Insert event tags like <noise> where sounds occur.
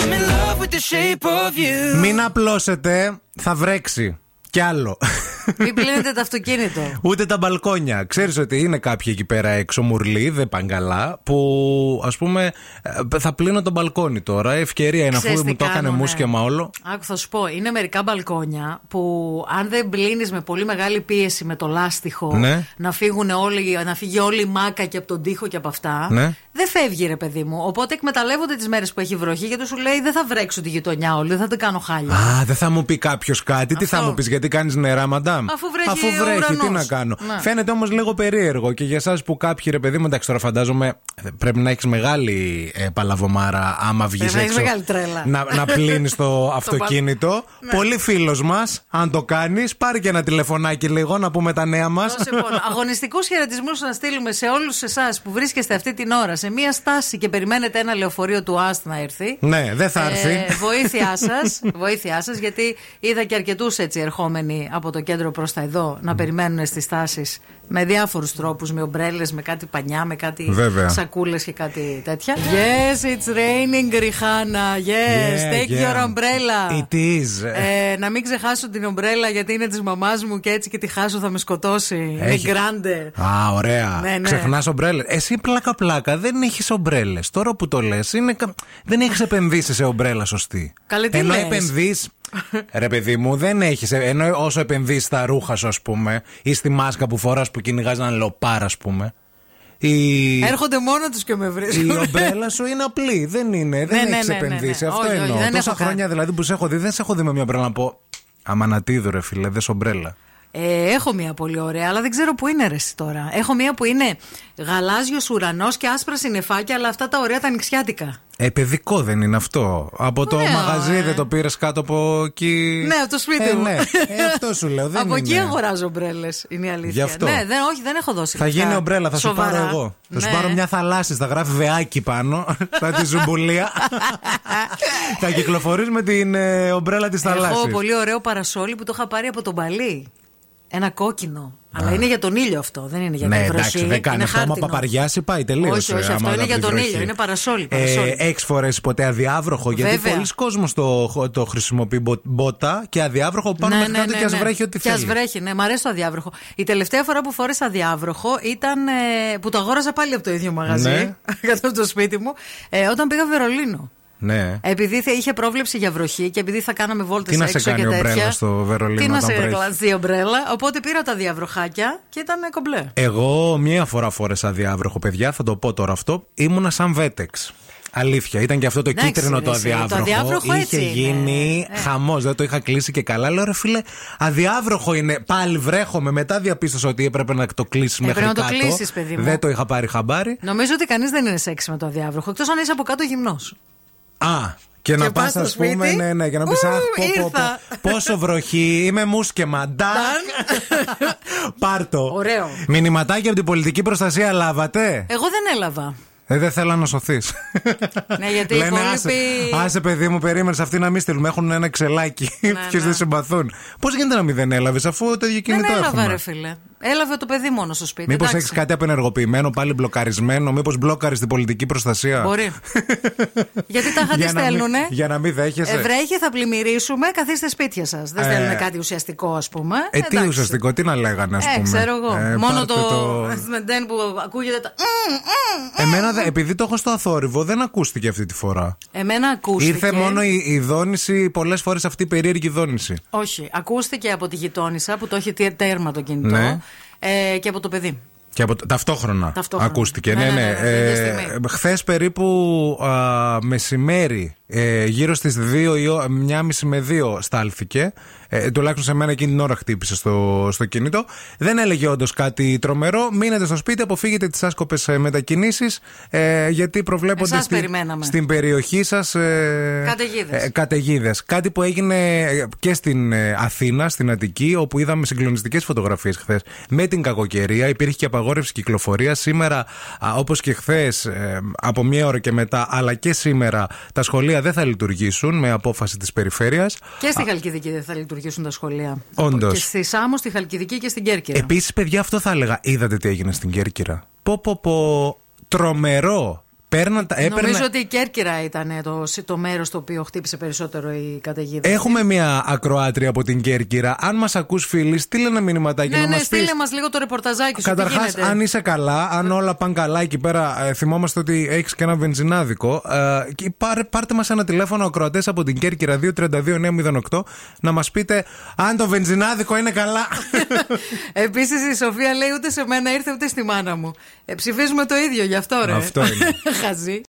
I'm in love with the shape of you. Μην απλώσετε, θα βρέξει. Κι άλλο. Μην πλύνετε το αυτοκίνητο. Ούτε τα μπαλκόνια. Ξέρεις ότι είναι κάποιοι εκεί πέρα έξω, μουρλί, δεν πάνε καλά, που ας πούμε ε, θα πλύνω το μπαλκόνι τώρα. Ευκαιρία είναι Ξέρεις αφού τι ναι. μου το έκανε κάνουνε. μουσκεμα όλο. Άκου, θα σου πω, είναι μερικά μπαλκόνια που αν δεν πλύνεις με πολύ μεγάλη πίεση με το λάστιχο Ναι. να, φύγουν όλοι, να φύγει όλη η μάκα και από τον τοίχο και από αυτά. Ναι. Δεν φεύγει, ρε παιδί μου. Οπότε εκμεταλλεύονται τις μέρες που έχει βροχή γιατί σου λέει δεν θα βρέξω τη γειτονιά όλη, δεν θα την κάνω <laughs> χάλια. Α, δεν θα μου πει κάποιος κάτι. Τι θα Αυτό. μου πεις, Γιατί κάνεις νερά, μαντάμ. Αφού βρέχει ο βρέχει, τι ουρανός. να κάνω. Ναι. Φαίνεται όμως λίγο περίεργο και για εσάς που κάποιοι ρε παιδί μου, εντάξει τώρα φαντάζομαι ε, πρέπει να έχεις μεγάλη ε, παλαβομάρα άμα βγει Πρέπει έξω. να έχεις μεγάλη τρέλα. Ναι. Να, να πλύνεις <laughs> το αυτοκίνητο. Πολύ φίλος μας, αν το κάνεις, πάρει και ένα τηλεφωνάκι λίγο να πούμε τα νέα μας. Δώσε πόνο. Αγωνιστικού χαιρετισμού να στείλουμε σε όλους εσάς που βρίσκεστε αυτή την ώρα σε μία στάση και περιμένετε ένα λεωφορείο του ΑΣΤ να έρθει. Ναι, δεν θα έρθει. Ε, <laughs> βοήθειά σας, βοήθειά σας, γιατί είδα και αρκετούς έτσι ερχόμενοι από το κέντρο προς τα εδώ να περιμένουν στις τάσεις με διάφορους τρόπους, με ομπρέλες, με κάτι πανιά, με κάτι Βέβαια. σακούλες και κάτι τέτοια. Yes, it's raining, Rihanna. Yes, Yeah, take yeah. your umbrella. It is. Ε, να μην ξεχάσω την ομπρέλα γιατί είναι της μαμάς μου και έτσι και τη χάσω θα με σκοτώσει. Έχει. Είναι γκράντε. Α, ωραία. Ναι, ναι. Ξεχνάς ομπρέλες. Εσύ πλάκα-πλάκα δεν έχεις ομπρέλες. Τώρα που το λες, δεν έχεις επενδύσει σε ομπρέλα σωστή. Καλέ, τι Ενώ λες. επενδύει. Ρε παιδί μου, δεν έχεις. Ενώ όσο επενδύεις στα ρούχα σου, ας πούμε, ή στη μάσκα που φοράς που κυνηγάς έναν λοπάρα, ας πούμε. Η... Έρχονται μόνο τους και με Η βρίσκουν. ομπρέλα σου είναι απλή. Δεν είναι. Δεν Ναι, ναι, έχεις ναι, ναι, ναι. επενδύσει. Αυτό Όχι, όχι, εννοώ. δεν έχω Τόσα κάνει. χρόνια δηλαδή που σε έχω δει, δεν σε έχω δει με μια ομπρέλα να πω. Αμανατίδου, ρε φίλε, δες ομπρέλα. Ε, έχω μία πολύ ωραία, αλλά δεν ξέρω που είναι ρε εσύ τώρα. Έχω μία που είναι γαλάζιος ουρανός και άσπρα συννεφάκια, αλλά αυτά τα ωραία τα ανοιξιάτικα. Ε, παιδικό δεν είναι αυτό. Από το Ναι, μαγαζί ε. δεν το πήρες κάτω από εκεί. Ναι, από το σπίτι ε, μου. Ναι, ε, αυτό σου <laughs> λέω. Δεν Από εκεί είναι. αγοράζω ομπρέλες, είναι η αλήθεια. Γι' αυτό. Ναι, δεν, όχι, δεν έχω δώσει. Θα λεφτά. γίνει ομπρέλα, θα Σοβαρά. σου πάρω εγώ. Θα σου Ναι. πάρω μια θαλάσσης, θα γράφει βεάκι πάνω, <laughs> θα τη ζουμπουλία. θα κυκλοφορείς με την ε, ομπρέλα της Έχω θαλάσσης. πολύ ωραίο παρασόλι που το είχα πάρει από τον Παλί. Ένα κόκκινο. Αλλά είναι για τον ήλιο αυτό, δεν είναι για Ναι, την βροχή. εντάξει, δεν κάνει είναι αυτό. Άμα χάρτινο. παπαριάσει, πάει ε, τελείως. Όχι, όχι, αυτό είναι για τον ήλιο. Είναι παρασόλι. Ε, παρασόλι. Έξι φορές ποτέ αδιάβροχο. Γιατί Βέβαια. πολλοί κόσμοι το, το χρησιμοποιεί μπο- μπότα και αδιάβροχο Ναι, πάνω μέχρι κάτω και ας βρέχει ό,τι Και ας θέλει. βρέχει, ναι, μ' αρέσει το αδιάβροχο. Η τελευταία φορά που φόρεσα αδιάβροχο ήταν. ε, που το αγόρασα πάλι από το ίδιο μαγαζί. Ναι. <laughs> Κάτω από το σπίτι μου. ε, όταν πήγα Βερολίνο. Ναι. Επειδή θε- είχε πρόβλεψη για βροχή και επειδή θα κάναμε βόλτες Τι να σε έξω κάνει και τέτοια. ομπρέλα στο Βερολίνο Τι να όταν σε βρέχει. κλαθεί ομπρέλα. Οπότε πήρα τα διαβροχάκια και ήταν κομπλέ. Εγώ μία φορά φόρεσα διάβροχο, παιδιά, θα το πω τώρα αυτό. Ήμουνα σαν βέτεξ. Αλήθεια, ήταν και αυτό το Εντάξει, κίτρινο ρε, το εσύ, το αδιάβροχο. αδιάβροχο Είχε έτσι γίνει είναι. Ε. χαμός, δεν το είχα κλείσει και καλά. Λέω ρε φίλε, αδιάβροχο είναι. Πάλι βρέχομαι. Μετά διαπίστωσα ότι έπρεπε να το κλείσεις Ε, μέχρι πρέπει να κάτω. το κλείσεις, παιδί μου. Δεν το είχα πάρει χαμπάρι. Νομίζω ότι κανείς δεν είναι σεξ με το αδιάβροχο. Εκτός αν είσαι από κάτω γυμνός. Α, και, να Και πας, πας α στο πούμε, σπίτι. ναι, ναι, και να πεις Ου, Αχ, πω, πω, πω, ήρθα». πόσο βροχή, είμαι μουσκεμα. Νταν. Πάρτο. Ωραίο. Μηνυματάκι από την πολιτική προστασία λάβατε. Εγώ δεν έλαβα. Ε, δεν θέλω να σωθεί. Ναι, γιατί οι υπόλοιποι- Άσε, άσε, παιδί μου, περίμενες αυτή να μην στείλουμε. Έχουν ένα ξελάκι. <laughs> Ναι, Ποιου ναι. δεν συμπαθούν. Πώς γίνεται να μην δεν έλαβες, αφού το ίδιο κινητό δεν έλαβα, έχουμε. ρε φίλε. Έλαβε το παιδί μόνος στο σπίτι. Μήπως εντάξει. έχεις κάτι απενεργοποιημένο, πάλι μπλοκαρισμένο, μήπως μπλόκαρες την πολιτική προστασία. <laughs> Μπορεί. Γιατί τα χατή Για να μην- στέλνουνε. Για να μην δέχεσαι. Ε, βρέχει, θα πλημμυρίσουμε, καθίστε σπίτια σας. Δεν Ε, στέλνουν κάτι ουσιαστικό, ας πούμε. Ε, τι Εντάξει. ουσιαστικό, τι να λέγανε, ας Ε, πούμε. ξέρω εγώ. Ε, Μόνο πάρτε το. Σμεντέν που ακούγεται. Τα... Εμένα, δε- επειδή το έχω στο αθόρυβο, δεν ακούστηκε αυτή τη φορά. Εμένα ακούστηκε. Ήρθε μόνο η, η δόνηση, πολλές φορές αυτή η περίεργη δόνηση. Όχι, ακούστηκε από τη γειτόνισσα που το έχει τε- τέρμα το κινητό. Ναι. Ε, και από το παιδί. Και από, το- ταυτόχρονα, Ταυτόχρονα. ακούστηκε. Ναι, Ναι, ναι. ναι, ναι, ναι, ίδια στιγμή. Χθες περίπου α, μεσημέρι, ε, γύρω στις 2 ή ο- μια μισή με 2 στάλθηκε. Ε, τουλάχιστον σε μένα εκείνη την ώρα χτύπησε στο, στο κινητό. Δεν έλεγε όντως κάτι τρομερό. Μείνετε στο σπίτι, αποφύγετε τις άσκοπες μετακινήσεις, ε, γιατί προβλέπονται Εσάς περιμέναμε. στην περιοχή σας ε, Καταιγίδες. ε, καταιγίδες. Κάτι που έγινε ε, και στην ε, Αθήνα, στην Αττική, όπου είδαμε συγκλονιστικές φωτογραφίες χθες με την κακοκαιρία. Υπήρχε και απαγόρευση κυκλοφορίας. Σήμερα, όπως και χθες, από μία ώρα και μετά, αλλά και σήμερα, τα σχολεία δεν θα λειτουργήσουν με απόφαση της περιφέρειας. Και στη Χαλκιδική δεν θα λειτουργήσουν τα σχολεία. Όντως. Και στη Σάμο, στη Χαλκιδική και στην Κέρκυρα. Επίσης, παιδιά, αυτό θα έλεγα. Είδατε τι έγινε στην Κέρκυρα. Πω, πω, πω. Τρομερό. Παίρνα, τα- έπαιρνα... Νομίζω ότι η Κέρκυρα ήταν ε, το, το μέρος το οποίο χτύπησε περισσότερο η καταιγίδα. Έχουμε μια ακροάτρια από την Κέρκυρα. Αν μας ακούς, φίλοι, στείλε ένα μηνυματάκι ναι, να ναι, μας πει. στείλε μας λίγο το ρεπορταζάκι σου. τι Καταρχάς, γίνεται. αν είσαι καλά, αν όλα πάνε καλά εκεί πέρα, ε, θυμόμαστε ότι έχεις και ένα βενζινάδικο. Ε, και πάρε- πάρτε μας ένα τηλέφωνο, ακροατές από την Κέρκυρα 232-908, να μας πείτε αν το βενζινάδικο είναι <laughs> καλά. Επίσης η Σοφία λέει ούτε σε μένα ήρθε ούτε στη μάνα μου. Ε, ψηφίζουμε το ίδιο γι' αυτό, ρε. <laughs> Αυτό είναι. Χαζή.